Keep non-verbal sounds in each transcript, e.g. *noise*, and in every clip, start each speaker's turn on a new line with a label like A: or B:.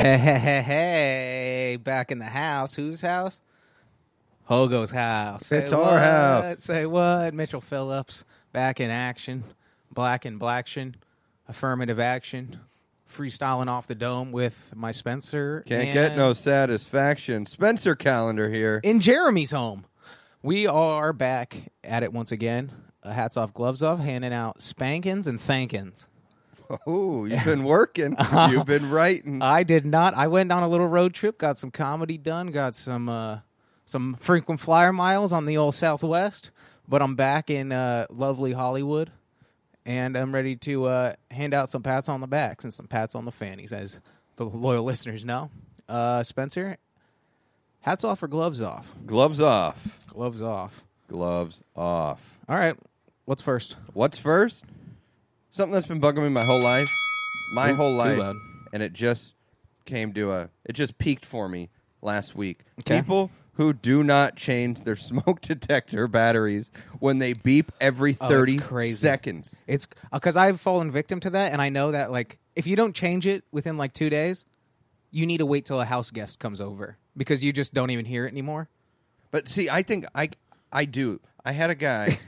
A: Hey, hey, hey, hey, back in the house. Whose house? Hogo's house. Say
B: It's our house.
A: what? Say what? Mitchell Phillips back in action. Black and blackshin. Affirmative action. Freestyling off the dome with my Spencer.
B: Can't
A: and-
B: get no satisfaction. Spencer Calendar here.
A: in Jeremy's home. We are back at it once again. Uh, hats off, gloves off, handing out spankings and thankings.
B: *laughs* Oh, you've
A: *laughs*
B: been working. you've been writing.
A: I did not. I went on a little road trip, got some comedy done, got some uh, some frequent flyer miles on the old Southwest. But I'm back in uh, lovely Hollywood, and I'm ready to uh, hand out some pats on the backs and some pats on the fannies, as the loyal listeners know. Uh, Spencer, hats off or gloves off?
B: Gloves off.
A: Gloves off.
B: Gloves off.
A: All right, what's first?
B: What's first? Something that's been bugging me my whole life. My
A: Ooh,
B: whole
A: too
B: life.
A: loud.
B: And it just came to a it just peaked for me last week.
A: Okay.
B: People who do not change their *laughs* smoke detector batteries when they beep every
A: it's
B: 30
A: Oh, crazy.
B: seconds.
A: It's because I've fallen victim to that, and I know that like if you don't change it within like two days, you need to wait till a house guest comes over because you just don't even hear it anymore.
B: But see, I think I I do. I had
A: *laughs*
B: a guy.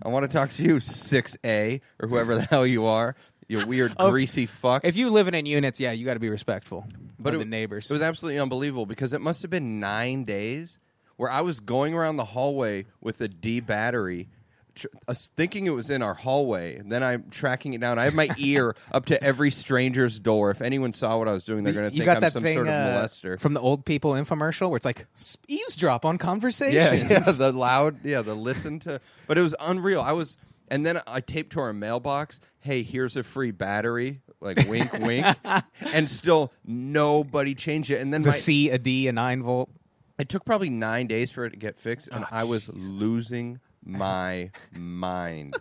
B: I want to talk to you, six A or whoever the hell you are. You weird greasy fuck.
A: If you living in units, yeah, you got to be respectful. But
B: it-
A: the neighbors,
B: It was absolutely unbelievable because it must have been nine days where I was going around the hallway with a D battery. tr- uh, Thinking it was in our hallway, and then I'm tracking it down. I
A: *laughs*
B: have my ear up to every stranger's door. If anyone saw what I was doing, they're going to
A: you
B: think
A: got
B: I'm
A: that
B: some
A: thing
B: sort of
A: uh,
B: molester.
A: from the old people infomercial where it's like "S- eavesdrop on
B: Yeah,
A: conversations.
B: yeah, *laughs* the loud, yeah, the listen to. But it was unreal. I was, and then I taped to our mailbox. Hey, here's a free battery. Like
A: *laughs*
B: wink, wink, and still nobody changed it. And then
A: It's a
B: my,
A: C, a D, a nine volt.
B: it took probably nine days for it to get fixed, and
A: Ah,
B: I was losing
A: *laughs*
B: my mind.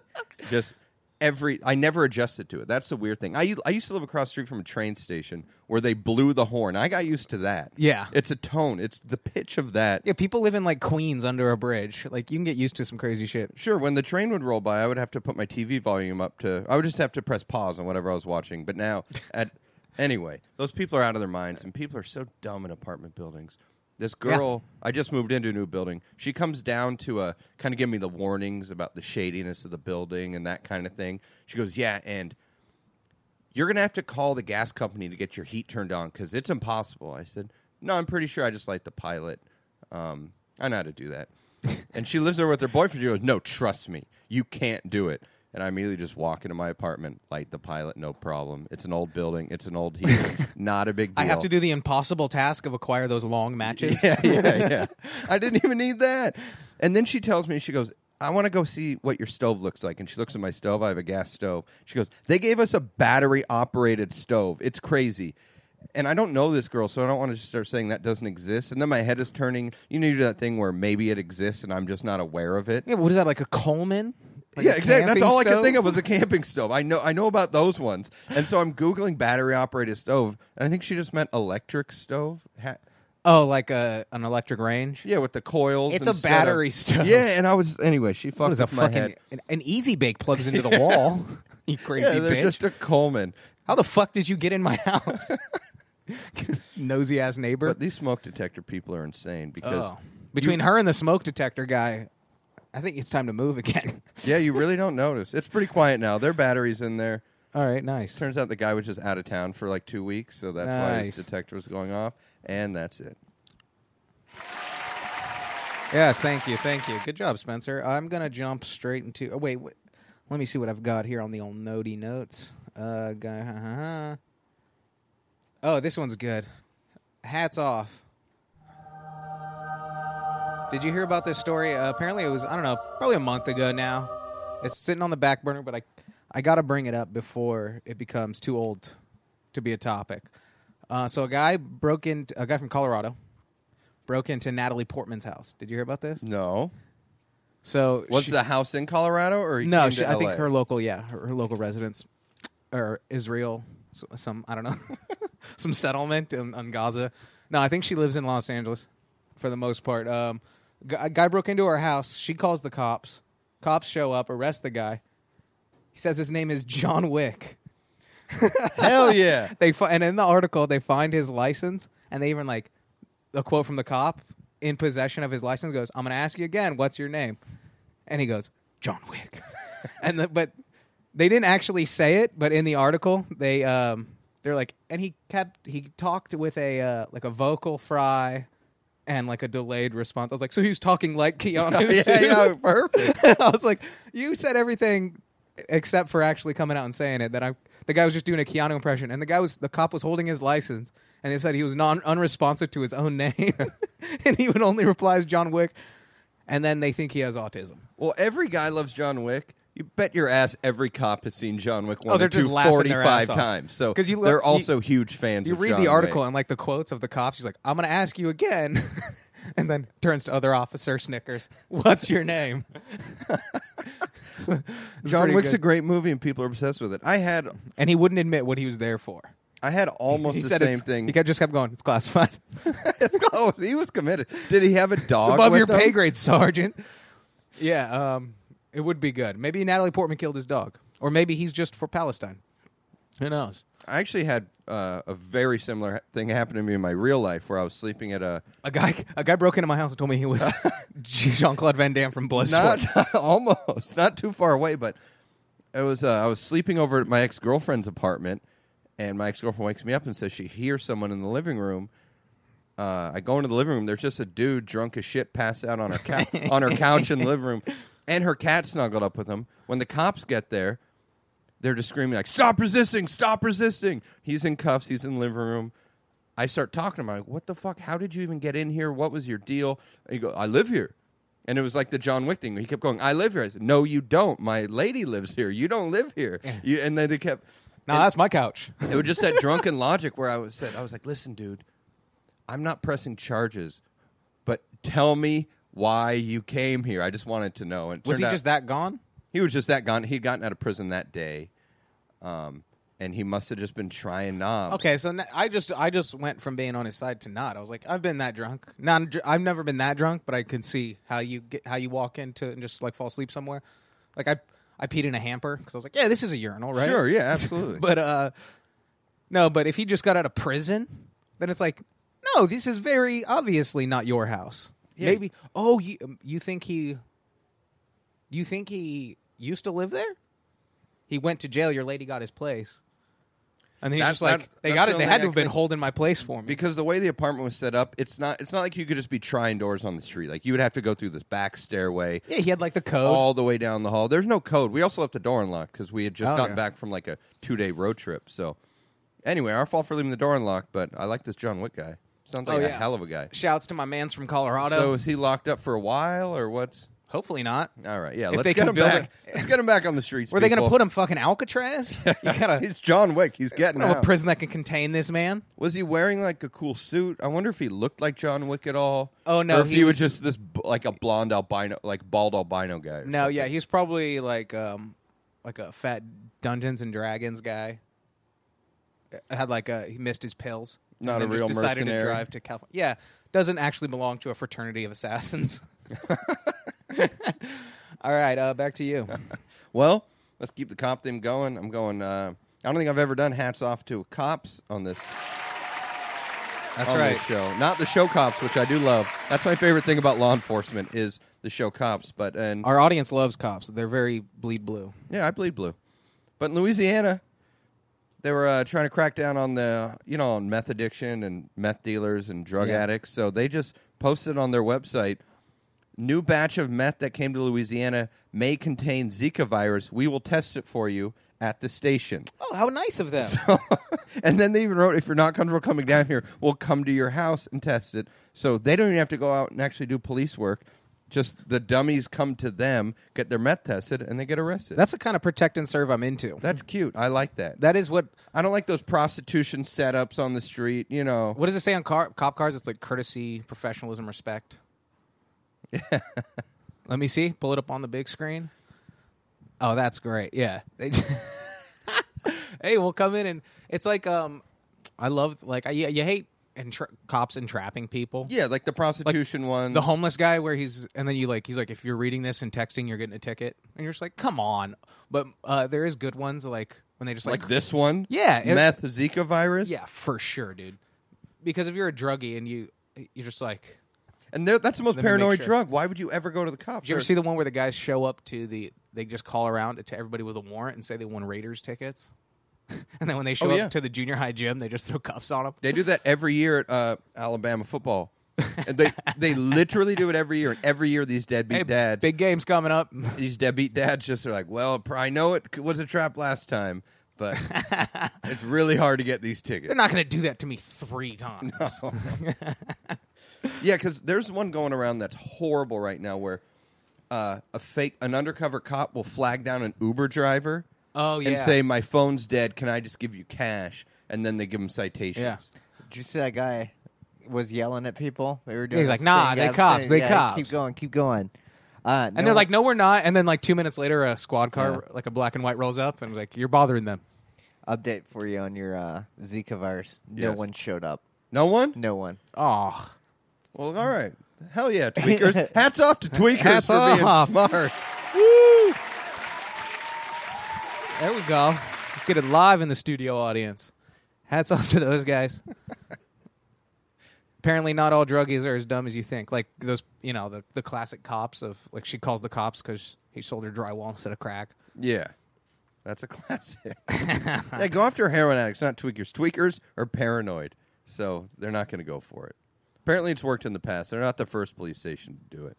B: Just every, I never adjusted to it. That's the weird thing. I u- I used to live across the street from a train station where they blew the horn. I got used to that.
A: Yeah.
B: it's a tone. It's the pitch of that.
A: Yeah, people live in like Queens under a bridge. Like you can get used to some crazy shit.
B: Sure, when the train would roll by, I would have to put my TV volume up to. I would just have to press pause on whatever I was watching. But now, at anyway, those people are out of their minds, and people are so dumb in apartment buildings. This girl, I just moved into a new building. She comes down to uh, kind of give me the warnings about the shadiness of the building and that kind of thing. She goes, "Yeah, and you're gonna have to call the gas company to get your heat turned on because it's impossible. I said, no, I'm pretty sure I just light the pilot. Um, I know how to do
A: *laughs*
B: that. and she lives there with her boyfriend. She goes, no, trust me, you can't do it. And I immediately just walk into my apartment, light the pilot, no problem. It's an old building, it's an old heater,
A: *laughs*
B: not a big deal.
A: I have to do the impossible task of acquire those long *laughs* matches.
B: Yeah, yeah, yeah. I didn't even need that. And then she tells me, she goes, I want to go see what your stove looks like. And she looks at my stove. I have a gas stove. She goes, They gave us a battery operated stove. It's crazy. And I don't know this girl, so I don't want to just start saying that doesn't exist. And then my head is turning. You know, you do that thing where maybe it exists and I'm just not aware of it.
A: Yeah, what is that like a Coleman? *laughs* Like
B: yeah,
A: a
B: exactly. That's
A: camping
B: all I could
A: stove?
B: think of was a camping stove. I know, I know about those ones. And so I'm googling battery operated stove, and I think she just meant electric stove. Ha-
A: Oh, like a an electric range.
B: Yeah, with the coils.
A: It's a
B: instead of-
A: battery stove.
B: Yeah, and I was anyway. She fucked
A: What is a
B: with my
A: fucking
B: head.
A: an, an easy bake plugs into
B: *laughs*
A: the wall? you crazy
B: Yeah,
A: bitch!
B: there's just a Coleman.
A: How the fuck did you get in my *laughs*
B: *laughs*
A: house? Nosy ass neighbor.
B: But these smoke detector people are insane because
A: oh. Between her and the smoke detector guy, I think it's time to move again. *laughs*
B: yeah, you really don't notice. It's pretty quiet now. Their batteries in there.
A: all right, nice.
B: Turns out the guy was just out of town for like two weeks, so that's why his
A: Nice.
B: detector was going off, and that's it.
A: Yes, thank you, thank you. Good job, Spencer. I'm gonna jump straight into. Oh wait, wait let me see what I've got here on the old notey notes. Uh, guy, ha, ha, ha. oh, this one's good. Hats off. Did you hear about this story? Uh, apparently, it was I don't know, probably a month ago now. It's sitting on the back burner, but I I gotta bring it up before it becomes too old to be a topic. Uh, so a guy broke in. A guy from Colorado broke into Natalie Portman's house. Did you hear about this?
B: No,
A: So
B: was
A: she-
B: the house in Colorado or he
A: no,
B: came
A: she,
B: to
A: I think
B: LA?
A: her local, yeah, her, her local residents or Israel, s- some I don't know, *laughs* some settlement in, on Gaza. No, I think she lives in Los Angeles for the most part. Um, gu- a guy broke into her house. She calls the cops. Cops show up, arrest the guy. He says his name is John Wick.
B: *laughs* Hell yeah.
A: They fi- and in the article they find his license and they even like a quote from the cop in possession of his license goes, "I'm going to ask you again, what's your name?" And he goes, "John Wick." *laughs* and the, but they didn't actually say it, but in the article they um they're like and he kept he talked with a uh, like a vocal fry and like a delayed response. I was like, "So he was talking
B: *laughs*
A: like Keanu."
B: yeah,
A: too?" *laughs*
B: yeah, perfect.
A: I was like, you said everything except for actually coming out and saying it. That I, the guy was just doing a Keanu impression, and the guy was the cop was holding his license, and they said he was non unresponsive to his own name, *laughs* and he would only reply as John Wick, and then they think he has autism.
B: Well, every guy loves John Wick. You bet your ass every cop has seen John Wick one
A: Oh, they're
B: or two
A: just laughing their
B: 45
A: ass off.
B: times. So
A: 'Cause you look-
B: they're
A: you-
B: also huge fans
A: You
B: of
A: read
B: John
A: the article
B: Wick.
A: and like the quotes of the cops. He's like, "I'm gonna ask you again." *laughs* And then turns to other officer Snickers. What's your
B: *laughs*
A: name? *laughs*
B: John Wick's a
A: good.
B: great movie and people are obsessed with it. I had
A: and he wouldn't admit what he was there for.
B: I had
A: *laughs*
B: almost
A: He
B: the
A: said
B: same
A: it's-
B: thing.
A: He kept- just kept going. It's classified.
B: *laughs*
A: *laughs*
B: oh, he was committed. Did he have a dog?
A: It's above
B: with
A: your
B: him?
A: pay grade, Sergeant. yeah, um, it would be good. Maybe Natalie Portman killed his dog, or maybe he's just for Palestine. Who knows?
B: I actually had uh, a very similar ha- thing happen to me in my real life where I was sleeping at a
A: A guy, a guy broke into my house and told me he was *laughs* Jean Claude Van Damme from Bloodsport.
B: not *laughs* almost not too far away, but it was uh, I was sleeping over at my ex girlfriend's apartment, and my ex girlfriend wakes me up and says she hears someone in the living room. Uh, I go into the living room. There's just a dude drunk as shit, passed out on her cou- on her couch in the living room, and her cat snuggled up with him. When the cops get there, they're just screaming like stop resisting stop resisting he's in cuffs he's in the living room i start talking to him I'm like what the fuck how did you even get in here what was your deal and he goes i live here and it was like the john wick thing he kept going i live here i said no you don't my lady lives here you don't live here you, and then they kept
A: Now that's my
B: *laughs*
A: couch.
B: it was just that drunken logic where i was said i was like listen dude i'm not pressing charges but tell me why you came here i just wanted to know and it
A: Was he
B: turned out-
A: just that gone?
B: he was just that gone. He'd gotten out of prison that day, um, and he must have just been trying knobs.
A: Okay, so n- I just I just went from being on his side to not. I was like, I've been that drunk. Not, I've never been that drunk, but I can see how you get how you walk into it and just like fall asleep somewhere. Like I I peed in a hamper because I was like, yeah, this is a urinal, right?
B: sure, *laughs* yeah,
A: *laughs*
B: absolutely.
A: But uh no, but if he just got out of prison, then it's like, no, this is very obviously not your house. Maybe oh, you you think he you think he used to live there? He went to jail, your lady got his place. And then he's
B: That-
A: just like
B: that-
A: they
B: that's
A: got
B: the
A: it. They
B: only
A: had
B: I
A: to have been
B: could-
A: holding my place for me.
B: because the way the apartment was set up, it's not it's not like you could just be trying doors on the street. Like you would have to go through this back stairway
A: yeah, he had like the code.
B: all the way down the hall. There's no code. We also left the door unlocked because we had just
A: Oh,
B: gotten
A: yeah.
B: back from like a two day road trip. So anyway, our fault for leaving the door unlocked. But I like this John Wick guy. Sounds like
A: Oh,
B: a
A: yeah.
B: hell of a guy.
A: Shouts to my man's from
B: So
A: Colorado.
B: is he locked up for a while or what's?
A: Hopefully not.
B: All right, yeah.
A: If
B: let's
A: they
B: get
A: can
B: him
A: build
B: back. Let's get him back on the streets.
A: Were they going to
B: people.
A: put him fucking
B: *laughs*
A: Alcatraz? You *laughs* gotta
B: It's John Wick. He's getting
A: know a
B: out.
A: prison that can contain this man.
B: was he wearing like a cool suit? I wonder if he looked like John Wick at all.
A: Oh, no,
B: or if he,
A: he
B: was,
A: was-
B: just this b- like a blonde albino, like bald albino guy. or
A: No,
B: something.
A: yeah, he's probably like um like a fat Dungeons and Dragons guy. Uh, Had like a he missed his pills. and
B: Not a
A: then
B: real
A: just decided
B: mercenary.
A: to drive to California. Yeah, doesn't actually belong to a fraternity of assassins. *laughs* All right, uh, back to you.
B: Well, let's keep the cop theme going. I'm going. Uh, I don't think I've ever done hats off to cops on this.
A: That's
B: on
A: right.
B: This show, not the show cops, which I do love. That's my favorite thing about law enforcement is the show cops. But and
A: Our audience loves cops. They're very bleed blue.
B: Yeah, I bleed blue. But in Louisiana, they were uh, trying to crack down on the you know on meth addiction and meth dealers and drug
A: Yeah.
B: addicts. So they just posted on their website. New batch of meth that came to Louisiana may contain Zika virus. We will test it for you at the station. *laughs*
A: Oh, how nice of them.
B: and then they even wrote, if you're not comfortable coming down here, we'll come to your house and test it. So they don't even have to go out and actually do police work. Just the dummies come to them, get their meth tested, and they get arrested.
A: That's the kind of protect and serve I'm into.
B: That's cute. I like that.
A: That is what
B: I don't like those prostitution setups on the street. You know,
A: what does it say on car, cop cars? It's like courtesy, professionalism, respect.
B: *laughs*
A: Let me see. Pull it up on the big screen. Oh, that's great. Yeah. They *laughs* j- hey, we'll come in and it's like um, I love like I, you, you hate entra- cops entrapping people.
B: Yeah, like the prostitution one.
A: The homeless guy where he's and then you like he's like if you're reading this and texting you're getting a ticket and you're just like come on. But uh, there is good ones like when they just like,
B: like this one.
A: Yeah, it-
B: meth Zika virus.
A: yeah for sure dude. Because if you're a druggie and you you're just like
B: and they're- that's the most
A: me make
B: paranoid
A: sure.
B: drug. Why would you ever go to the cops?
A: Did you
B: Or-
A: ever see the one where the guys show up to the they just call around to everybody with a warrant and say they won Raiders tickets? *laughs* and then when they show
B: Oh, yeah.
A: up to the junior high gym, they just throw cuffs on them.
B: They do that every year at uh,
A: *laughs*
B: Alabama football. and they they literally do it every year. And every year these deadbeat dads,
A: Big games coming up.
B: these deadbeat dads, just are like, well, pr- I know it c- was a trap last time,
A: *laughs*
B: but it's really hard to get these tickets.
A: They're not going to do that to me three times.
B: Yeah, because there's one going around that's horrible right now where uh, a fake an undercover cop will flag down an Uber driver.
A: Oh,
B: and
A: yeah.
B: say my phone's dead. Can I just give you cash? And then they give him citations.
A: Yeah.
C: Did you see that guy was yelling at people? They were doing.
A: He's like,
C: this
A: "Nah,
C: thing
A: they
C: out
A: cops,
C: thing."
A: they
C: Yeah,
A: cops."
C: Keep going, keep going. Uh,
A: And they're like, "No, we're not." And then like two minutes later, a squad car, like a black and white, rolls up and is like, "You're bothering them."
C: update for you on your uh, Zika virus. No
B: Yes.
C: one showed up.
B: No one?
C: No one.
A: Oh,
B: Well, all right. Hell yeah,
A: *laughs*
B: tweakers. Hats off to tweakers
A: Hats
B: for
A: off.
B: being smart.
A: there we go. Get it live in the studio audience. Hats off to those guys. Apparently, not all druggies are as dumb as you think. Like those, you know, the the classic cops of like she calls the cops because he sold her drywall instead of crack.
B: Yeah. That's a *laughs* classic. they go after heroin addicts, not tweakers. Tweakers are paranoid, so they're not going to go for it. Apparently, it's worked in the past. They're not the first police station to do it.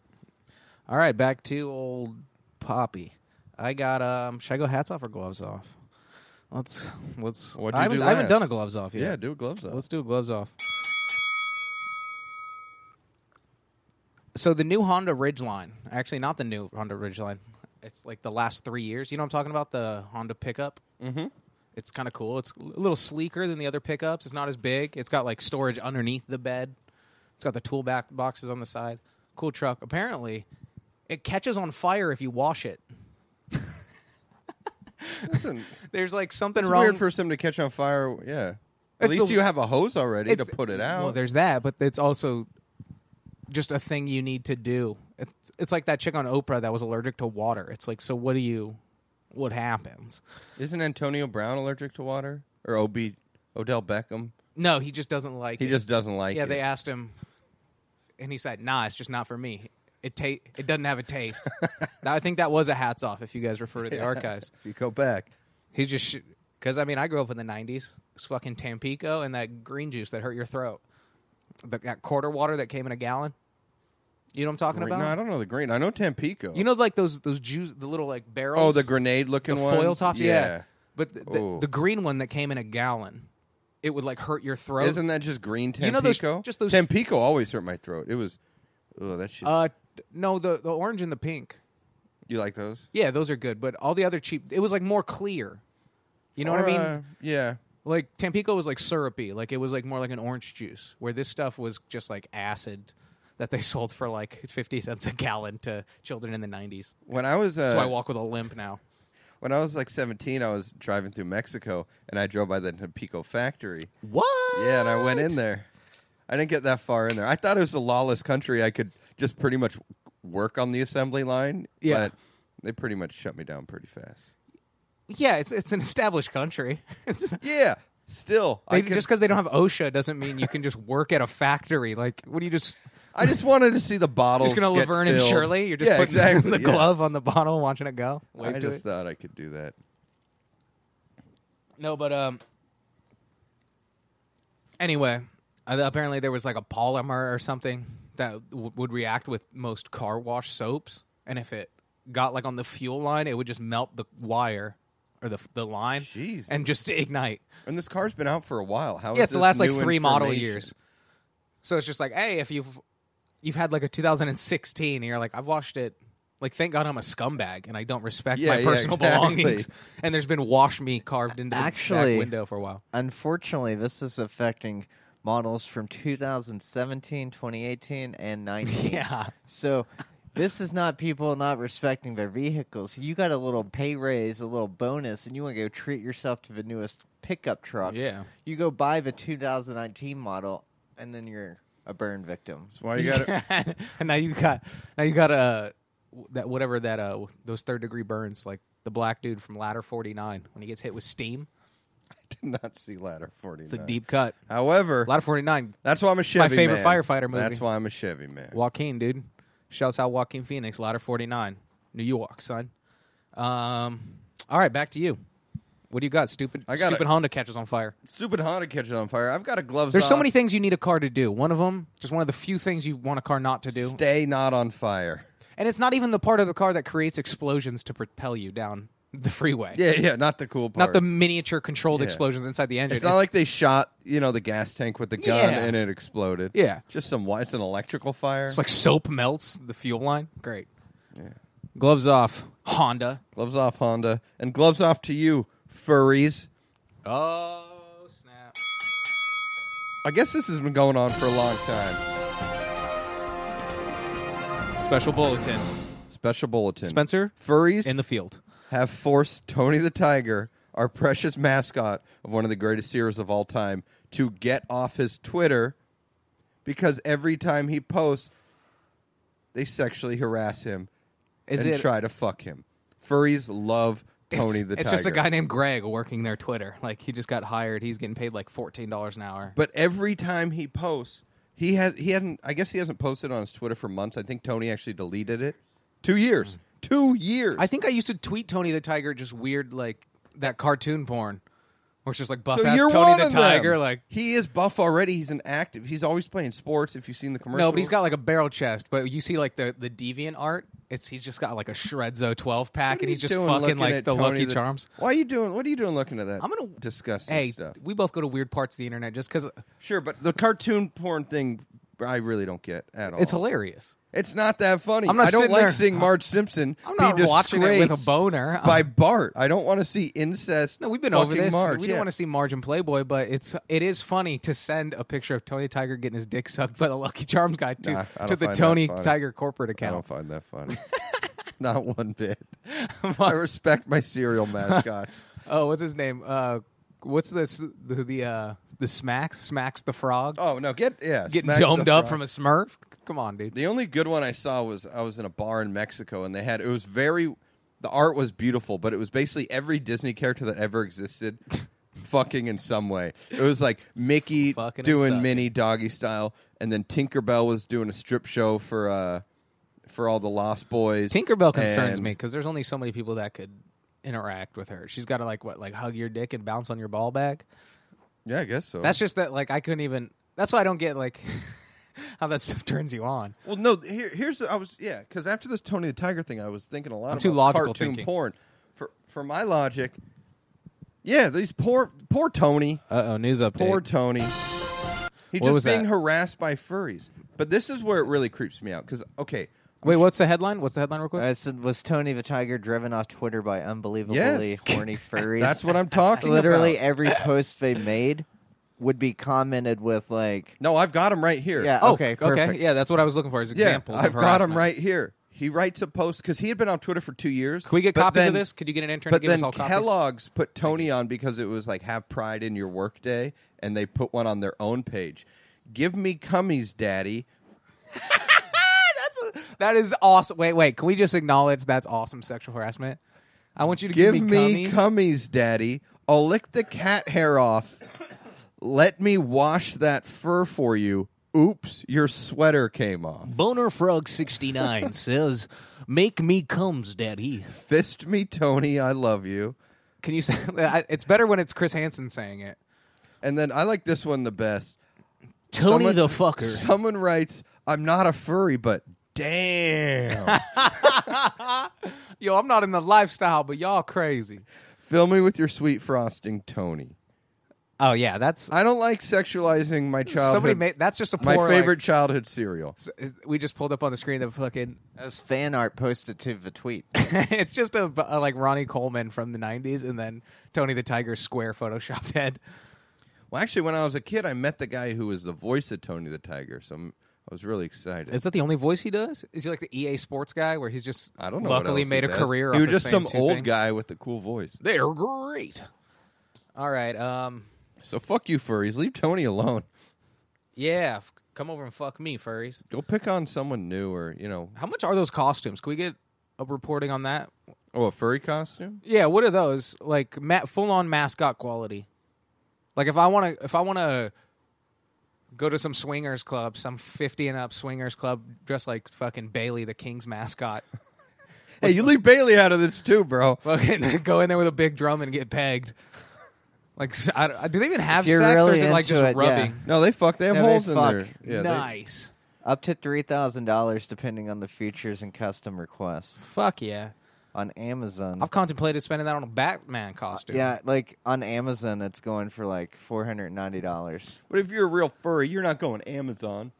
A: All right, back to old Poppy. I got um. Should I go hats off or gloves off? Let's let's.
B: What'd you
A: I haven't,
B: do
A: I haven't
B: last?
A: done a gloves off yet.
B: Yeah, do gloves up.
A: Let's do gloves off. So the new Honda Ridgeline, actually not the new Honda Ridgeline. It's like the last three years. You know what I'm talking about? The Honda pickup. Mm-hmm. It's kind of cool. It's a little sleeker than the other pickups. It's not as big. It's got like storage underneath the bed. It's got the tool back boxes on the side. Cool truck. Apparently, it catches on fire if you wash it. *laughs*
B: Listen,
A: There's like something
B: it's
A: wrong.
B: weird for some to catch on fire. Yeah. At
A: It's
B: least
A: the-
B: you have a hose already to
A: It's-
B: put it out.
A: Well, there's that, but it's also just a thing you need to do. It's, it's like that chick on Oprah that was allergic to water. It's like, so what do you? What happens?
B: Isn't Antonio Brown allergic to water? Or OB Odell Beckham?
A: No, he just doesn't like.
B: He
A: it.
B: just doesn't like
A: yeah.
B: it.
A: They asked him, and he said, "Nah, it's just not for me. It ta- it doesn't have a taste."
B: *laughs*
A: Now, I think that was a hats off if you guys refer to the archives.
B: if you go back.
A: He just because I mean I grew up in the '90s. It's fucking Tampico and that green juice that hurt your throat. The, that quarter water that came in a gallon. You know what I'm talking
B: Green-
A: about?
B: No, I don't know the green. I know Tampico.
A: You know, like those those juice, the little like barrels.
B: oh, the grenade looking
A: the
B: one.
A: foil tops. Yeah, but the, the,
B: Ooh.
A: the green one that came in a gallon, it would like hurt your throat.
B: Isn't that just green Tampico?
A: You know those- just those-
B: Tampico always hurt my throat. It was. Oh, that shit.
A: uh, no, the the orange and the pink.
B: you like those?
A: Yeah, those are good, but all the other cheap. It was like more clear. You know
B: Or,
A: what I mean?
B: uh, yeah.
A: like Tampico was like syrupy, like it was like more like an orange juice, where this stuff was just like acid that they *laughs* sold for like fifty cents a gallon to children in the nineties.
B: When I was uh,
A: So I walk with a limp now.
B: when I was like seventeen, I was driving through Mexico and I drove by the Tampico factory.
A: What?
B: Yeah, and I went in there. I didn't get that far in there. I thought it was a lawless country. I could just pretty much work on the assembly line.
A: Yeah.
B: But they pretty much shut me down pretty fast.
A: Yeah, it's it's an established country. *laughs* It's,
B: Yeah. Still, I
A: They,
B: could,
A: just because they don't have OSHA doesn't mean you can just work at a factory. Like, what do you just?
B: I just wanted to see the bottles.
A: Just gonna
B: get
A: Laverne and
B: filled.
A: Shirley? You're just
B: yeah,
A: putting *laughs*
B: exactly,
A: the
B: yeah.
A: glove on the bottle, and watching it go. Wave
B: I
A: to
B: just
A: it.
B: thought I could do that.
A: No, but um. Anyway, uh, apparently there was like a polymer or something that w- would react with most car wash soaps, and if it got like on the fuel line, it would just melt the wire or the f- the line,
B: Jeez.
A: and just ignite.
B: And this car's been out for a while. How?
A: yeah,
B: is
A: it's the
B: this
A: last like
B: new
A: three model
B: information?
A: years. So it's just like, hey, if you've you've had like a 2016, and you're like, I've washed it. Like, thank God I'm a scumbag and I don't respect
B: Yeah,
A: my
B: yeah,
A: personal
B: exactly.
A: belongings. And there's been wash me carved into the
C: Actually-
A: back window for a while.
C: Unfortunately, this is affecting models from 2017, 2018, and
A: *laughs*
C: 19.
A: Yeah.
C: So this is not people not respecting their vehicles. You got a little pay raise, a little bonus, and you want to go treat yourself to the newest pickup truck.
A: Yeah.
C: You go buy the 2019 model and then you're a burn victim.
B: That's why you
A: *laughs*
B: got *laughs* to
A: and now you got now you got uh w- that whatever that uh w- those third degree burns like the black dude from Ladder 49 when he gets hit with steam.
B: not see ladder forty.
A: It's a deep cut.
B: However,
A: Ladder 49
B: that's why I'm a Chevy.
A: favorite
B: man.
A: firefighter movie.
B: That's why I'm a Chevy man.
A: Joaquin, dude. Shouts out Joaquin Phoenix, Ladder 49, New York, son. Um, all right, back to you. What do you got, stupid?
B: I got
A: stupid
B: it.
A: Honda catches on fire.
B: Stupid Honda catches on fire. I've got a gloves.
A: There's so
B: off.
A: many things you need a car to do. One of them, just one of the few things you want a car not to do.
B: Stay not on fire. *laughs*
A: And it's not even the part of the car that creates explosions to propel you down the freeway.
B: Yeah, yeah. Not the cool part.
A: Not the miniature controlled explosions inside the engine.
B: It's not like they shot, you know, the gas tank with the gun
A: Yeah.
B: and it exploded.
A: Yeah.
B: Just some wi- it's an electrical fire.
A: it's like soap melts the fuel line. Great. Gloves off, Honda.
B: gloves off Honda and gloves off to you, furries.
A: Oh snap!
B: I guess this has been going on for a long time.
A: Special bulletin.
B: Special bulletin.
A: Spencer
B: Furries
A: in the field.
B: have forced Tony the Tiger, our precious mascot of one of the greatest heroes of all time, to get off his Twitter because every time he posts, they sexually harass him
A: Is
B: and
A: it
B: try to fuck him. Furries love Tony
A: it's,
B: the Tiger.
A: It's just a guy named Greg working their Twitter. Like he just got hired. He's getting paid like fourteen dollars an hour.
B: But every time he posts, he has he hadn't. I guess he hasn't posted on his Twitter for months. I think Tony actually deleted it. Two years. Two years.
A: Mm. I think I used to tweet Tony the Tiger just weird like that cartoon porn, where it's just like buff
B: so
A: ass
B: you're
A: Tony
B: one
A: the
B: of them.
A: Tiger. Like
B: he is buff already. He's an active. He's always playing sports. If you've seen the commercial,
A: no, but he's got like a barrel chest. But you see like the the deviant art. It's he's just got like a Shredzo twelve pack,
B: What are
A: and
B: you
A: he's just
B: doing
A: fucking
B: looking
A: like
B: at
A: the
B: Tony
A: Lucky
B: the-
A: Charms.
B: Why are you doing? What are you doing looking at that?
A: I'm gonna-
B: disgusting
A: Hey,
B: stuff.
A: we both go to weird parts of the internet just because
B: Sure, but the cartoon porn thing, I really don't get at all.
A: it's hilarious.
B: It's not that funny.
A: I'm not
B: I don't
A: sitting
B: like
A: there-
B: seeing Marge Simpson
A: I'm not
B: be
A: watching it with a
B: disgraced
A: boner.
B: *laughs* by Bart. I don't want to see incest.
A: No, we've been
B: fucking
A: over this.
B: Marge.
A: we
B: yeah.
A: don't want to see Marge and Playboy, but it's it is funny to send a picture of Tony Tiger getting his dick sucked by the Lucky Charms guy to,
B: Nah, I
A: to the
B: don't find that
A: Tony
B: funny.
A: Tiger corporate
B: I
A: account.
B: don't find
A: *laughs*
B: that funny. Not one bit. I respect my cereal mascots.
A: Oh, what's his name? Uh, what's this? The the uh, the Smacks Smacks the Frog
B: Oh no, get yeah,
A: getting
B: Smacks the
A: domed up
B: Frog.
A: from a Smurf. Come on, dude.
B: The only good one I saw was I was in a bar in Mexico and they had it was very the art was beautiful, but it was basically every Disney character that ever existed *laughs* fucking in some way. It was like Mickey
A: Fucking and
B: doing
A: sucking.
B: mini doggy style and then Tinkerbell was doing a strip show for uh for all the Lost Boys.
A: Tinkerbell concerns
B: And-
A: me because there's only so many people that could interact with her. She's got to like what like hug your dick and bounce on your ball bag.
B: Yeah, I guess so.
A: That's just that like I couldn't even. That's why I don't get like *laughs* how that stuff turns you on.
B: Well, no. Here, here's the, I was yeah because after this Tony the Tiger thing, I was thinking a lot about
A: too logical
B: cartoon
A: thinking.
B: porn. For for my logic, yeah, these poor poor Tony,
A: Uh oh, news update.
B: poor Tony. He
A: What was
B: just being
A: that?
B: harassed by furries. But this is where it really creeps me out because okay,
A: Wait, what's the headline? What's the headline real quick?
B: Uh,
C: I said, was Tony the Tiger driven off Twitter by unbelievably
B: Yes. *laughs*
C: horny furries?
B: that's what I'm talking
C: *laughs* Literally
B: about.
C: every post they made would be commented with like,
B: No, I've got him right here.
C: yeah,
A: oh,
C: okay, perfect.
A: Yeah, that's what I was looking for. Is
B: yeah,
A: examples. of
B: I've got him
A: harassment.
B: right here. He writes a post because he had been on Twitter for two years.
A: Can we get
B: but
A: copies of
B: then-
A: this? Could you get an intern to
B: But
A: give us
B: then
A: all copies?
B: Kellogg's put Tony on because it was like have pride in your work day, and they put one on their own page. Give me cummies, daddy.
A: That's a- that is awesome. Wait, wait. Can we just acknowledge that's awesome sexual harassment? I want you to give,
B: Give me
A: cummies.
B: cummies, daddy. I'll lick the cat hair off. Let me wash that fur for you. Oops, your sweater came off.
A: Boner Frog sixty *laughs* nine says, "Make me comes, daddy."
B: Fist me, Tony. I love you.
A: Can you say? *laughs* I- It's better when it's Chris Hansen saying it.
B: And then I like this one the best.
A: Tony
B: Someone-
A: the fucker.
B: Someone writes, "I'm not a furry, but damn, *laughs*
A: Yo, I'm not in the lifestyle, but y'all crazy.
B: fill me with your sweet frosting, Tony."
A: Oh yeah, that's
B: I don't like sexualizing my childhood.
A: somebody made. That's just a
B: my
A: poor, like,
B: favorite childhood cereal.
A: s- is- we just pulled up on the screen the fucking
C: That was fan art posted to
B: *laughs*
C: the tweet.
A: *laughs* it's just a, a, like Ronnie Coleman from the '90s, and then Tony the Tiger's square photoshopped head.
B: Well, actually, when I was a kid, I met the guy who was the voice of Tony the Tiger, so I'm, I was really excited.
A: Is that the only voice he does? Is he like the EA Sports guy, where he's just
B: I don't know. what
A: Luckily,
B: else he
A: made a
B: does.
A: career.
B: He
A: off
B: was
A: of
B: just
A: saying
B: some
A: two
B: old
A: things.
B: guy with a cool voice.
A: They're great. All right. Um.
B: So fuck you, furries. Leave Tony alone.
A: Yeah, f- come over and fuck me, furries.
B: Go pick on someone new, or you know,
A: How much are those costumes? Can we get a reporting on that?
B: oh, a furry costume.
A: Yeah, what are those? Like ma- full on mascot quality. Like if I want to if I want to go to some swingers club, some 50 and up swingers club dressed like fucking Bailey the King's mascot. *laughs*
B: Hey, you leave Bailey out of this too, bro.
A: Fucking go in there with a big drum and get pegged. Like s- I, don't- do they even have
C: you're
A: sex or is
C: really
A: it like
C: into
A: just
C: it, yeah.
A: rubbing?
B: No, they fuck. They have
C: No, they
B: holes in
C: fuck.
B: there. Yeah, they-
A: nice.
C: Up to three thousand dollars, depending on the features and custom requests
A: Fuck yeah.
C: on Amazon.
A: I've contemplated spending that on a Batman costume.
C: yeah, like on Amazon, it's going for like four hundred ninety dollars.
B: but if you're a real furry, you're not going Amazon.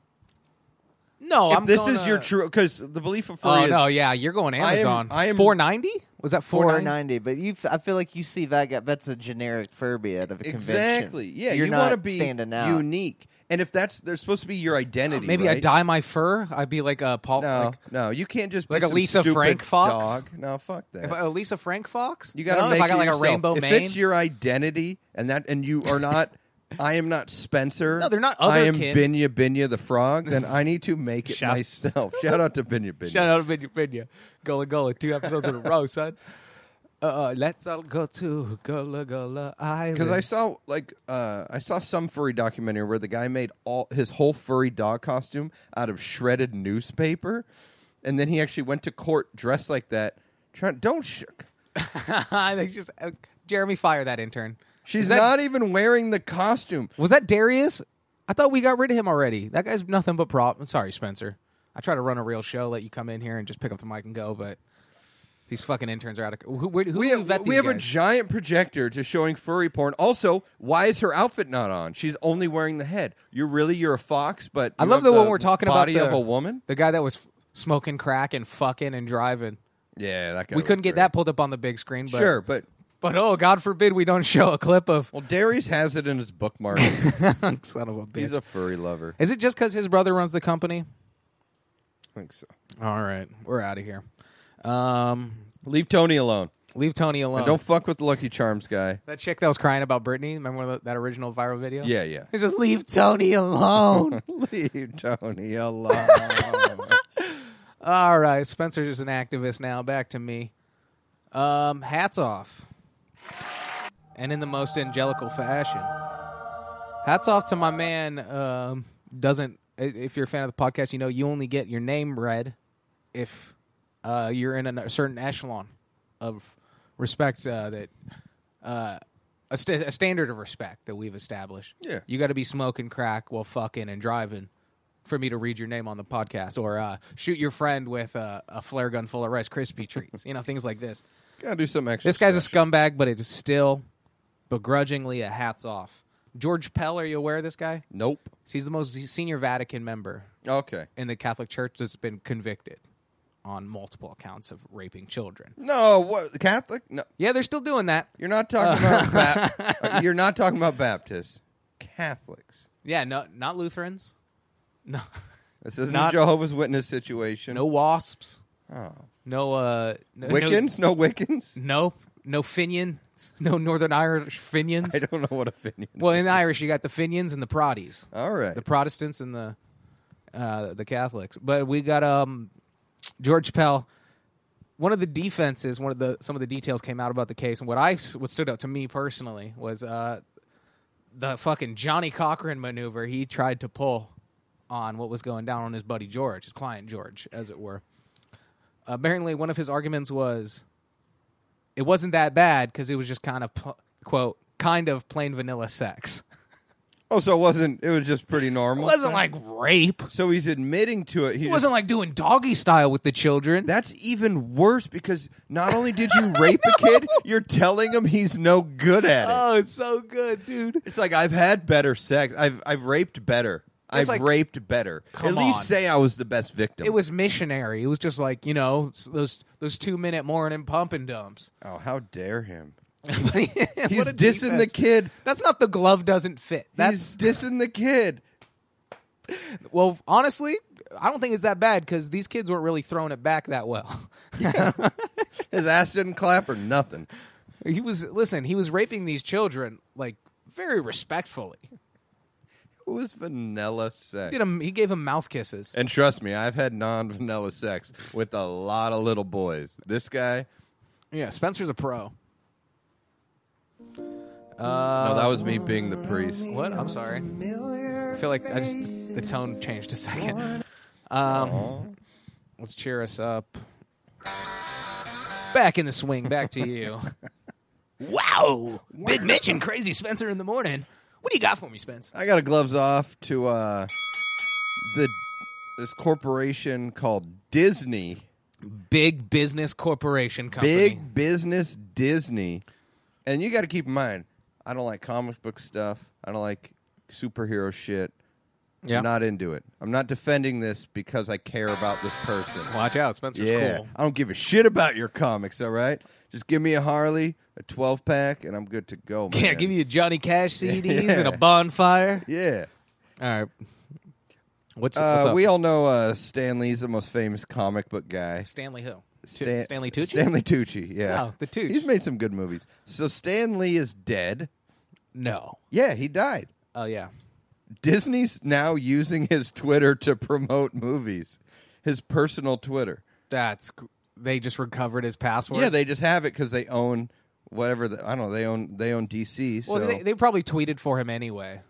A: No,
B: if
A: I'm
B: this
A: going
B: is your
A: to-
B: true, because the belief of furry
A: Oh
B: is
A: no, yeah, you're going
B: am-
A: Amazon.
B: I am-
A: 490? Was that
C: Four
A: 490?
C: ninety, but you, f- I feel like you see that. Guy, that's a generic Furby out of a convention.
B: exactly. Yeah,
C: you're
B: you
C: not
B: want to be
C: standing out.
B: unique. And if that's they're supposed to be your identity,
A: Maybe I
B: right?
A: dye my fur. I'd be like a Paul.
B: No,
A: Like,
B: no, you can't just be
A: Like a
B: some
A: Lisa
B: stupid
A: Frank fox?
B: Dog. No, fuck that.
A: if I, a Lisa Frank Fox.
B: You got to
A: no,
B: make
A: if I
B: it
A: got like a
B: yourself.
A: rainbow
B: If
A: mane.
B: it's your identity and that, and you are not, I am not Spencer.
A: No, they're not
B: I
A: other
B: am
A: kid.
B: Binya Binya the frog.
A: *laughs*
B: Then I need to make it
A: Shout-
B: myself. Shout out to Binya Binya.
A: Shout out to Binya Binya. Gullah Gullah, two episodes in a row, son. Uh, let's all go to Gullah Gullah Island.
B: Because I saw like uh, I saw some furry documentary where the guy made all his whole furry dog costume out of shredded newspaper, and then he actually went to court dressed like that. Try, don't shook.
A: I *laughs* they just uh, Jeremy fire that intern.
B: She's
A: Is that-
B: not even wearing the costume.
A: Was that Darius? I thought we got rid of him already. That guy's nothing but prop. Sorry, Spencer. I try to run a real show, let you come in here and just pick up the mic and go, but these fucking interns are out of. Who, where, who
B: We
A: do you
B: have,
A: vet
B: we
A: these
B: have a
A: guys?
B: giant projector to showing furry porn. Also, why is her outfit not on? She's only wearing the head. You're really you're a fox, but
A: I
B: you
A: love
B: have
A: the one we're talking about
B: body
A: the-
B: of a woman.
A: The guy that was f- smoking crack and fucking and driving.
B: Yeah, that guy
A: we
B: was
A: couldn't get
B: great.
A: that pulled up on the big screen, but
B: Sure, but
A: But oh, God forbid we don't show a clip
B: *laughs*
A: of
B: well, Darius has it in his
A: *laughs*
B: bookmark.
A: son of *laughs* a bitch.
B: He's a furry lover.
A: Is it just because his brother runs the company?
B: I think so.
A: All right, we're out of here. Um,
B: Leave Tony alone.
A: leave Tony alone.
B: And don't fuck with the Lucky
A: *laughs*
B: Charms guy.
A: that chick that was crying about Britney. Remember that original viral video?
B: Yeah, yeah.
A: He says, "Leave Tony alone."
B: Leave Tony alone.
A: All right, Spencer's just an activist now. Back to me. Um, hats off, and in the most angelical fashion. Hats off to my man. Um, doesn't i- if you're a fan of the podcast, you know you only get your name read if uh, you're in a certain echelon of respect uh, that uh, a, st- a standard of respect that we've established.
B: Yeah.
A: you got to be smoking crack while fucking and driving for me to read your name on the podcast or uh, shoot your friend with uh, a flare gun full of Rice Krispie treats. you know things like this.
B: Gotta do some extra.
A: This guy's a
B: stuff.
A: scumbag, but it is still begrudgingly a hats off. George Pell, are you aware of this guy?
B: nope.
A: He's the most senior Vatican member
B: Okay.
A: in the Catholic Church that's been convicted on multiple accounts of raping children.
B: No, what Catholic? No,
A: Yeah, they're still doing that.
B: you're not
A: *laughs*
B: talking about. Bap- you're not talking about Baptists. Catholics.
A: Yeah, no, not Lutherans, no, *laughs*
B: This isn't
A: Not-
B: a Jehovah's Witness situation.
A: no wasps,
B: Oh.
A: no uh, no,
B: Wiccans?
A: *laughs*
B: No, Wiccans.
A: no, no Finians, no Northern Irish Finians.
B: I don't know what opinion.
A: Well, in Irish, you got the Finians and the Proddies,
B: All right.
A: the Protestants and the uh, the Catholics. But we got um, George Pell. One of the defenses, one of the some of the details came out about the case, and what I s- what stood out to me personally was uh, the fucking Johnny Cochran maneuver he tried to pull on what was going down on his buddy George, his client George, as it were. Apparently, one of his arguments was it wasn't that bad because it was just kind of pl- quote kind of plain vanilla sex. *laughs*
B: oh, so it wasn't. It was just pretty normal.
A: It wasn't like rape.
B: So he's admitting to it. He
A: It
B: just
A: wasn't like doing doggy style with the children.
B: That's even worse because not only did
A: *laughs*
B: you rape a kid, you're telling him he's no good at it.
A: Oh, it's so good, dude.
B: it's like I've had better sex. I've I've raped better. I've
A: It's like-
B: raped better.
A: Come
B: at least
A: on.
B: say I was the best victim.
A: It was missionary. It was just like you know s- those those two minute morning pump and dumps. *laughs*
B: oh, how dare him?
A: But he- *laughs* what
B: He's
A: a
B: dissing the
A: defense.
B: kid.
A: That's not the glove doesn't fit. That's
B: He's dissing the kid.
A: well, honestly, I don't think it's that bad because these kids weren't really throwing it back that well. *laughs*
B: His ass didn't clap or nothing.
A: he was listen. He was raping these children like very respectfully.
B: was vanilla sex.
A: Did him, he gave him mouth kisses.
B: and trust me, I've had non vanilla sex with a lot of little boys. This guy,
A: Yeah, Spencer's a pro.
B: no, that was me being the priest.
A: What? I'm sorry. I feel like I just the tone changed a second. Um, let's cheer us up. Back in the swing. Back to you. *laughs* wow, Big Mitch and Crazy Spencer in the morning. What do you got for me, Spence?
B: I got a gloves off to uh, the this corporation called Disney,
A: Big Business Corporation Company.
B: big business Disney. And you got to keep in mind, I don't like comic book stuff. I don't like superhero shit.
A: Yeah.
B: I'm not into it. I'm not defending this because I care about this person.
A: Watch out, Spencer's
B: Yeah,
A: cool.
B: I don't give a shit about your comics. All right, just give me a Harley, a 12 pack, and I'm good to go.
A: *laughs*
B: Man.
A: Yeah, give you Johnny Cash *laughs* CDs
B: Yeah.
A: and a bonfire.
B: Yeah,
A: All right. What's, what's
B: uh,
A: up?
B: we all know uh, Stan Lee's the most famous comic book guy.
A: Stanley who? Tu-
B: Stan-
A: Stanley Tucci?
B: Stanley Tucci. Yeah,
A: Oh, the Tucci.
B: He's made some good movies. So Stan Lee is dead.
A: No.
B: Yeah, he died.
A: Oh yeah.
B: Disney's now using his Twitter to promote movies, his personal Twitter.
A: That's gr- they just recovered his password.
B: Yeah, they just have it because they own whatever. The, I don't know. They own they own DC. So
A: well, they, they probably tweeted for him anyway.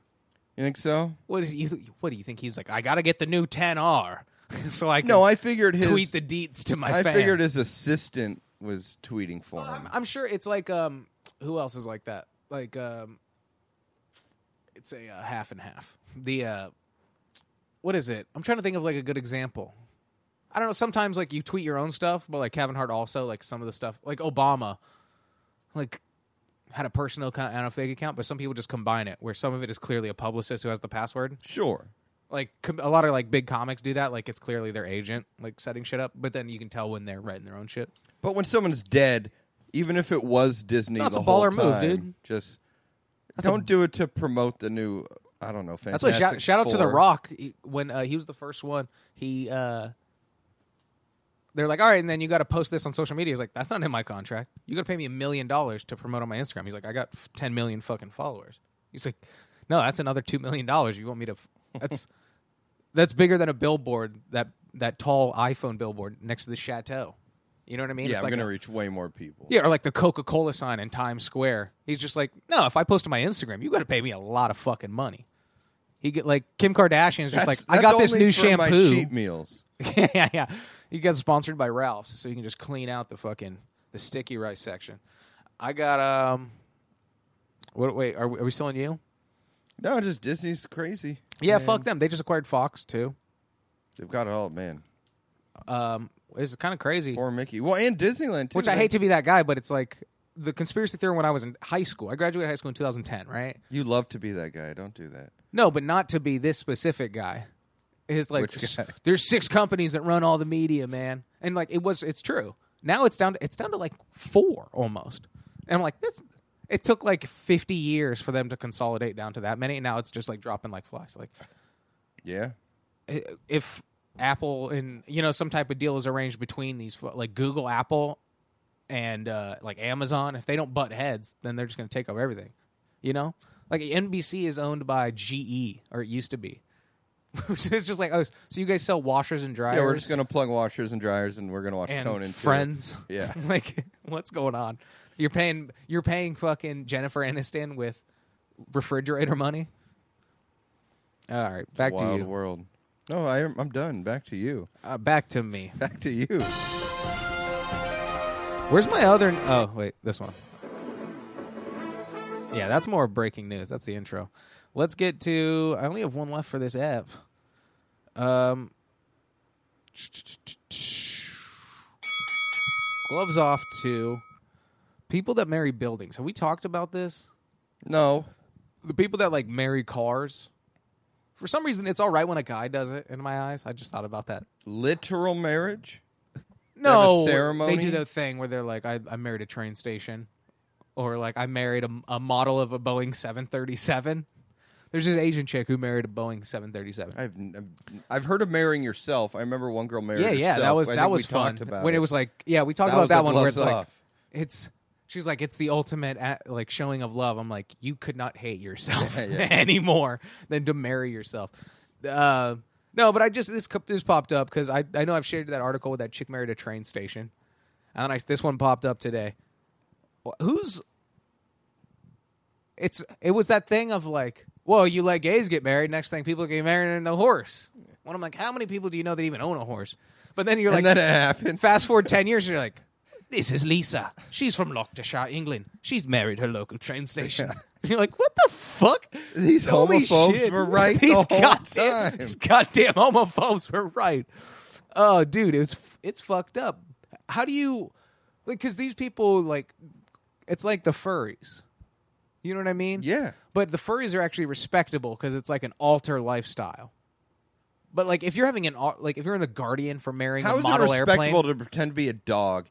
B: you think so?
A: What is you? What do you think he's like? I gotta get the new 10R, *laughs* so I can
B: No, I figured his
A: tweet the deets to my
B: I
A: fans.
B: figured his assistant was tweeting for him.
A: I'm, I'm sure it's like um, who else is like that? Like um, it's a uh, half and half. The uh, what is it? I'm trying to think of like a good example. I don't know. Sometimes like you tweet your own stuff, but like Kevin Hart also like some of the stuff like Obama, like had a personal account and a fake account, but some people just combine it where some of it is clearly a publicist who has the password
B: Sure.
A: like com- a lot of like big comics do that like it's clearly their agent like setting shit up but then you can tell when they're writing their own shit
B: But when someone's dead, even if it was Disney,
A: No, it's
B: the
A: a baller
B: whole
A: move,
B: time,
A: dude.
B: Just don't do it to promote the new. I don't know.
A: that's why shout,
B: Fantastic
A: shout out to the
B: Four.
A: rock he, when uh, he was the first one he uh they're like all right and then you got to post this on social media he's like that's not in my contract you got to pay me a million dollars to promote on my instagram he's like i got f- 10 million fucking followers he's like no that's another 2 million dollars you want me to f- that's *laughs* that's bigger than a billboard that that tall iphone billboard next to the chateau you know what i mean
B: Yeah,
A: it's
B: I'm
A: like
B: gonna
A: a-
B: reach way more people.
A: Yeah, or like the Coca Cola sign in Times Square. He's just like, no, if I post to my Instagram, you got to pay me a lot of fucking money. He get like Kim Kardashian's just
B: That's-
A: like, I
B: that's
A: got this
B: only
A: new
B: for my
A: shampoo. *laughs*
B: cheat meals.
A: yeah, yeah, yeah. You got sponsored by Ralph's, so you can just clean out the fucking the sticky rice section. I got um. What? Wait, are we, are we still on you?
B: No, just Disney's crazy.
A: Yeah, fuck them. They just acquired Fox too.
B: They've got it all, man.
A: Um, it's kind of crazy.
B: Poor Mickey. Well, and Disneyland too.
A: Which I hate to be that guy, but it's like the conspiracy theory when I was in high school. I graduated high school in 2010, right?
B: You love to be that guy. Don't do that.
A: No, but not to be this specific guy. His like,
B: Which guy?
A: there's six companies that run all the media, man, and like it was, it's true. Now it's down, to, it's down to like four almost, and I'm like, that's. It took like 50 years for them to consolidate down to that many. And now it's just like dropping like flies. Like
B: Yeah.
A: i- if Apple and you know some type of deal is arranged between these, fu- like Google, Apple, and uh, like Amazon, if they don't butt heads, then they're just going to take over everything. You know, like NBC is owned by GE, or it used to be. *laughs* so it's just like, oh, so you guys sell washers and dryers
B: Yeah, we're just gonna plug washers and dryers, and we're gonna watch
A: and
B: Conan. too.
A: Friends. *laughs*
B: Yeah.
A: like what's going on? You're paying you're paying fucking Jennifer Aniston with refrigerator money. All right, back to
B: Wild
A: you.
B: world. No, I, I'm done. Back to you. *laughs*
A: Uh, back to me.
B: Back to you.
A: Where's my other? Oh, wait, this one. Yeah, that's more breaking news. That's the intro. Let's get to. I only have one left for this app. Um, gloves off to people that marry buildings. Have we talked about this?
B: No.
A: The people that like marry cars. For some reason, it's all right when a guy does it. In my eyes, I just thought about that
B: Literal marriage? have a
A: No,
B: ceremony?
A: They do the thing where they're like, I, I married a train station, or like I married a, a model of a Boeing 737. There's this Asian chick who married a Boeing 737.
B: I've n- I've heard of marrying yourself. I remember one girl married.
A: yeah, yeah, that
B: herself.
A: was
B: I
A: that
B: think
A: was
B: we talked
A: fun
B: about
A: when it was like, yeah, we talked
B: That
A: about
B: was
A: that
B: a
A: one where
B: gloves
A: it's like,
B: off.
A: it's She's like, it's the ultimate a like showing of love. I'm like, you could not hate yourself
B: *laughs* Yeah,
A: *laughs*
B: yeah.
A: any more than to marry yourself. Uh, no, but I just this co- this popped up because I I know I've shared that article with that chick married at a train station, and then I this one popped up today. Wh- Who's it's it was that thing of like, well, you let gays get married. Next thing, people are getting married in the horse. When I'm like, how many people do you know that even own a horse? But then you're like,
B: and then it happened.
A: Fast forward 10 years, you're like, *laughs* this is Lisa. She's from Lochtershire, England. She's married her local train *laughs* station. you're like, what the fuck?
B: These
A: Holy
B: homophobes
A: shit.
B: were right
A: *laughs* These
B: the whole
A: goddamn,
B: time.
A: These goddamn homophobes were right. Oh, dude, it's it's fucked up. How do you, like, because these people, like, it's like the furries. You know what I mean?
B: Yeah.
A: But the furries are actually respectable because it's like an alter lifestyle. But like, if you're having an al- like, if you're in the Guardian for marrying
B: How
A: a
B: is it
A: model airplane,
B: respectable to pretend to be a dog,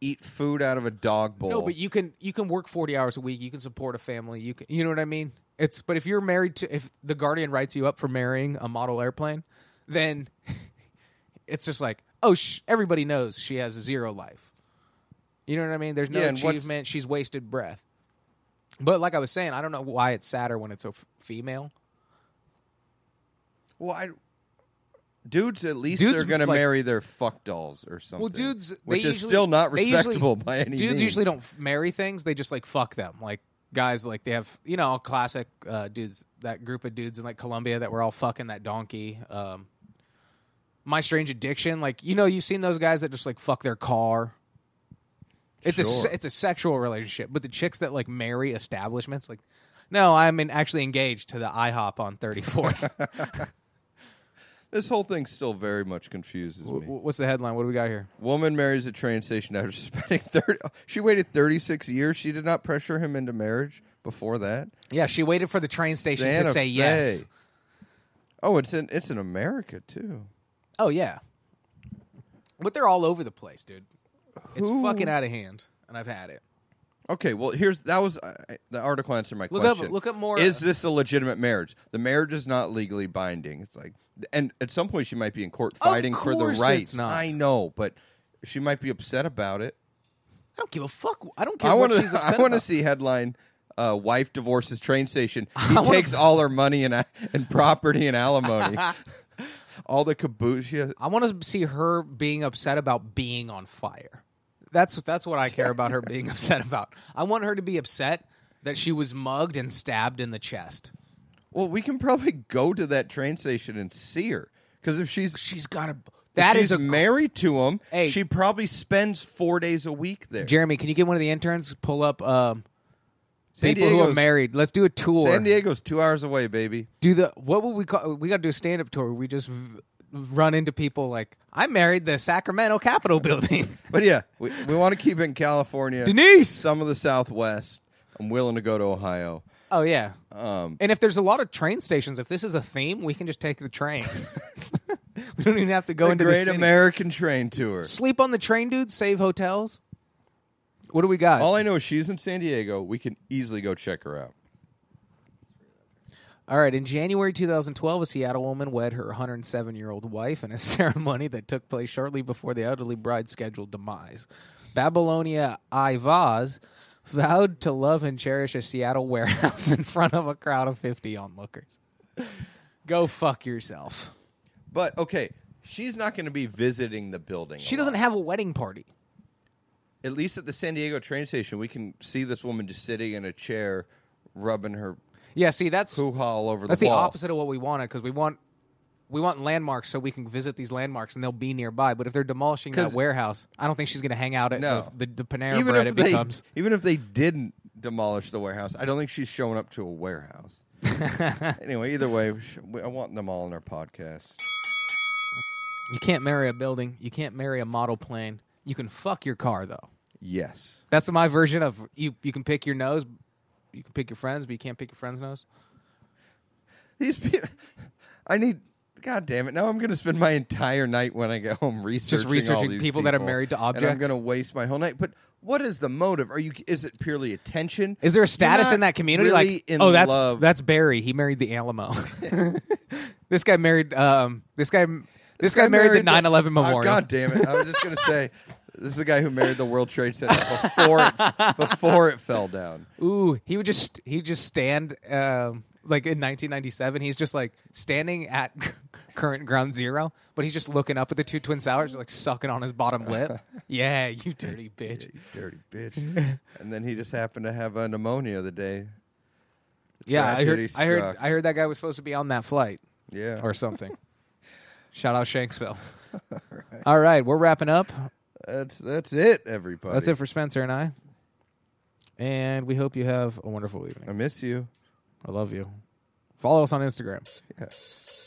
B: eat food out of a dog bowl?
A: No, but you can you can work forty hours a week. You can support a family. You can you know what I mean. It's but if you're married to if the guardian writes you up for marrying a model airplane, then *laughs* it's just like oh sh- everybody knows she has a zero life. You know what I mean? There's no
B: Yeah, and what's-
A: achievement. She's wasted breath. But like I was saying, I don't know why it's sadder when it's a f- female.
B: well, I, dudes at least
A: Dudes
B: they're going to
A: like-
B: marry their fuck dolls or something.
A: Well, dudes,
B: which
A: they
B: is
A: usually-
B: still not
A: they usually-
B: respectable by any
A: Dudes
B: means.
A: usually don't f- marry things; they just like fuck them. Like guys, like they have you know classic uh, dudes. That group of dudes in like Colombia that were all fucking that donkey. Um, My Strange Addiction, like you know, you've seen those guys that just like fuck their car. It's a se-
B: Sure.
A: it's a sexual relationship, but the chicks that like marry establishments, like no, I'm in, actually engaged to the IHOP on 34th.
B: *laughs* This whole thing still very much confuses me.
A: W- What's the headline? What do we got here?
B: Woman marries a train station after *laughs* spending 30. She waited 36 years. She did not pressure him into marriage before that.
A: Yeah, she waited for the train station to
B: Santa
A: say yes.
B: Fe. Oh, it's in it's in America too.
A: Oh yeah, but they're all over the place, dude. It's fucking out of hand, and I've had it.
B: Okay, well here's that was uh, the article answered my
A: Look up-
B: question.
A: look up more- uh,
B: Is this a legitimate marriage? The marriage is not legally binding. It's like, and at some point she might be in court fighting for the
A: course it's
B: rights.
A: not.
B: I know, but she might be upset about it.
A: I don't give a fuck. I don't care
B: *laughs* I
A: what
B: want
A: she's
B: to.
A: upset
B: I want to
A: about.
B: see headline. Uh, wife divorces train station.
A: *laughs*
B: He
A: wanna-
B: takes all her money and uh, and property
A: *laughs*
B: and alimony. *laughs* all the kaboosha.
A: I want to see her being upset about being on fire. That's that's what I care about her being *laughs* upset about. I want her to be upset that she was mugged and stabbed in the chest.
B: Well, we can probably go to that train station and see her because if she's
A: She's got a. That
B: if
A: is
B: she's
A: a.
B: married to him,
A: Hey.
B: she probably spends four days a week there.
A: Jeremy, can you get one of the interns pull up um,
B: San
A: people who are
B: Diego's-
A: married? Let's do a tour.
B: San Diego's two hours away, baby.
A: do the what would we call we got to do a stand up tour where we just v- run into people like I married the Sacramento Capitol building. *laughs*
B: But yeah, we, we want to keep it in California,
A: Denise.
B: some of the Southwest. I'm willing to go to Ohio.
A: Oh yeah.
B: Um,
A: And if there's a lot of train stations, if this is a theme, we can just take the
B: *laughs*
A: train. *laughs* we don't even have to go
B: the
A: into the
B: Great
A: city.
B: American Train Tour.
A: Sleep on the train, dude. Save hotels. What do we got?
B: All I know is she's in San Diego. We can easily go check her out.
A: All right. In January 2012, a Seattle woman wed her 107 year old wife in a *laughs* ceremony that took place shortly before the elderly bride's scheduled demise. Babylonia Ivaz vowed to love and cherish a Seattle *laughs* warehouse in front of a crowd of 50 onlookers. Go fuck yourself.
B: But okay, she's not going to be visiting the building.
A: She
B: a
A: doesn't
B: lot.
A: have a wedding party.
B: At least at the San Diego train station, we can see this woman just sitting in a chair, rubbing her
A: Yeah, see, that's
B: hoo ha all over
A: that's
B: the
A: the
B: wall.
A: opposite of what we wanted because we want we want landmarks so we can visit these landmarks and they'll be nearby. But if they're demolishing that
B: 'Cause-
A: warehouse, I don't think she's going to hang out at
B: No.
A: the, the, the Panera
B: Even
A: Bread.
B: if
A: It
B: they
A: becomes
B: even if they didn't demolish the warehouse, I don't think she's showing up to a
A: *laughs*
B: warehouse. anyway, either way, we sh- we- I want them all in our podcast.
A: you can't marry a building, you can't marry a model plane. You can fuck your car though.
B: Yes.
A: That's my version of you. You can pick your nose, you can pick your friends, but you can't pick your friend's nose.
B: These people, *laughs* I need. God damn it! Now I'm going to spend my entire night when I get home researching all
A: researching
B: these
A: people that are married to
B: and I'm
A: objects?
B: going to waste my whole night. But what is the motive? Are you? Is it purely attention?
A: Is there
B: You're
A: a status
B: not
A: in that community?
B: really
A: like,
B: in
A: oh, that's
B: love.
A: that's Barry. He married the
B: *laughs*
A: Alamo. this guy married um this guy this, guy, married, the 9/11
B: oh,
A: memorial.
B: God damn it! I was just going to say *laughs* This is the guy who married the World
A: *laughs*
B: Trade Center *laughs* before it, before it fell down.
A: Ooh, he would just he would just stand um, like in 1997. He's just like standing at *laughs* current ground zero, but he's just looking up at the two twin towers, like sucking on his bottom lip. yeah, you dirty bitch.
B: *laughs* You dirty
A: *laughs*
B: bitch. and then he just happened to have a pneumonia the day.
A: Yeah, I heard.
B: Tragedy
A: I heard.
B: struck.
A: I heard that guy was supposed to be on that flight
B: Yeah.
A: or something. Shout out Shanksville. All right, we're wrapping up.
B: That's that's it, everybody.
A: That's it for Spencer and I. And we hope you have a wonderful
B: I
A: evening.
B: miss you.
A: I love you. Follow us on Instagram.
B: Yeah.